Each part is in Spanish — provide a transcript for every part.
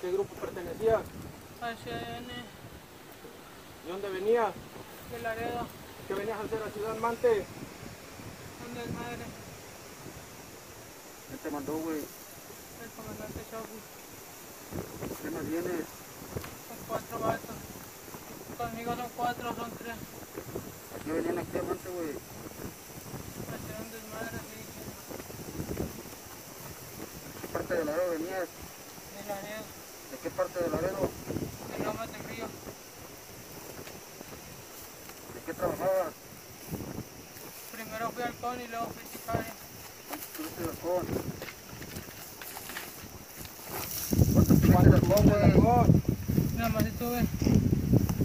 qué grupo pertenecía? HN ¿De dónde venía? de Laredo, ¿Qué venías a hacer a Ciudad Mante? un desmadre, ¿Quién te mandó, güey? el comandante Chapu, ¿Quién más viene? son cuatro vatos. Conmigo son cuatro, son tres. ¿A qué venían aquí avante, güey? Hacer un desmadre así, ¿De qué parte de Laredo venías? de Laredo, ¿De qué parte de Laredo? de Lomas del Río, ¿De qué trabajabas? Primero fui al con y luego fui sicario. ¿Cuánto estuviste de con? ¿Cuánto estuviste de con, güey? Dragón. Nada más estuve.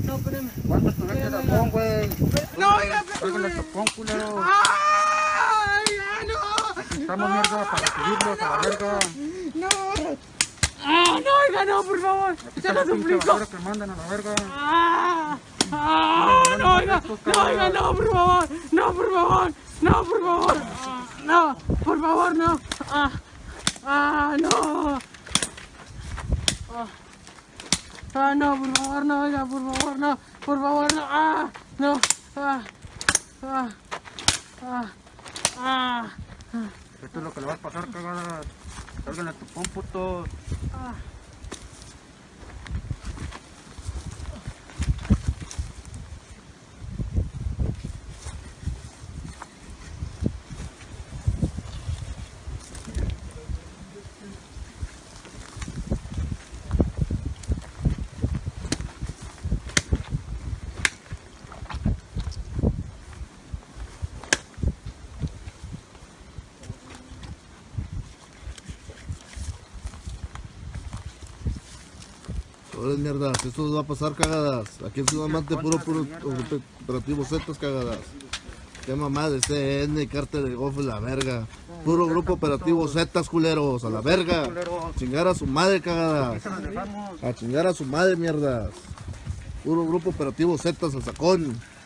No, espérame. ¿Cuánto estuviste de con, güey? No, ya me Tráigale tu con, culero. Ah, ¡Ay, ya no! Aquí estamos, mierda, para subirlos a la verga. ¡No! ¡Ah, no, oiga, no, por favor! Aquí ¡Se está lo la pinche suplico! basura que mandan a la verga. ¡Ah! ¡Ah! ¡No, oiga! ¡No, oiga, no, por favor! ¡No, por favor! ¡No, por favor! Ah, ¡No! ¡Por favor, no! ¡Ah! ¡Ah, no! Ah. ¡Ah, no, por favor, no, oiga, por favor, no! ¡Por favor, no! ¡Ah! ¡No! ¡Ah! ¡Ah! ¡Ah! ¡Ah! Esto es lo que le va a pasar, cagada. Tráigale tu con, puto. Ah. Ahora mierdas, esto nos va a pasar cagadas. Aquí en Ciudad Mante, puro, puro oper- operativo Zetas cagadas. Qué mamá de CN, cártel de golf la verga. Puro grupo operativo Zetas culeros, a la verga. Chingar a su madre cagadas. Se las dejamos. A chingar a su madre mierdas. Puro grupo operativo Zetas al sacón.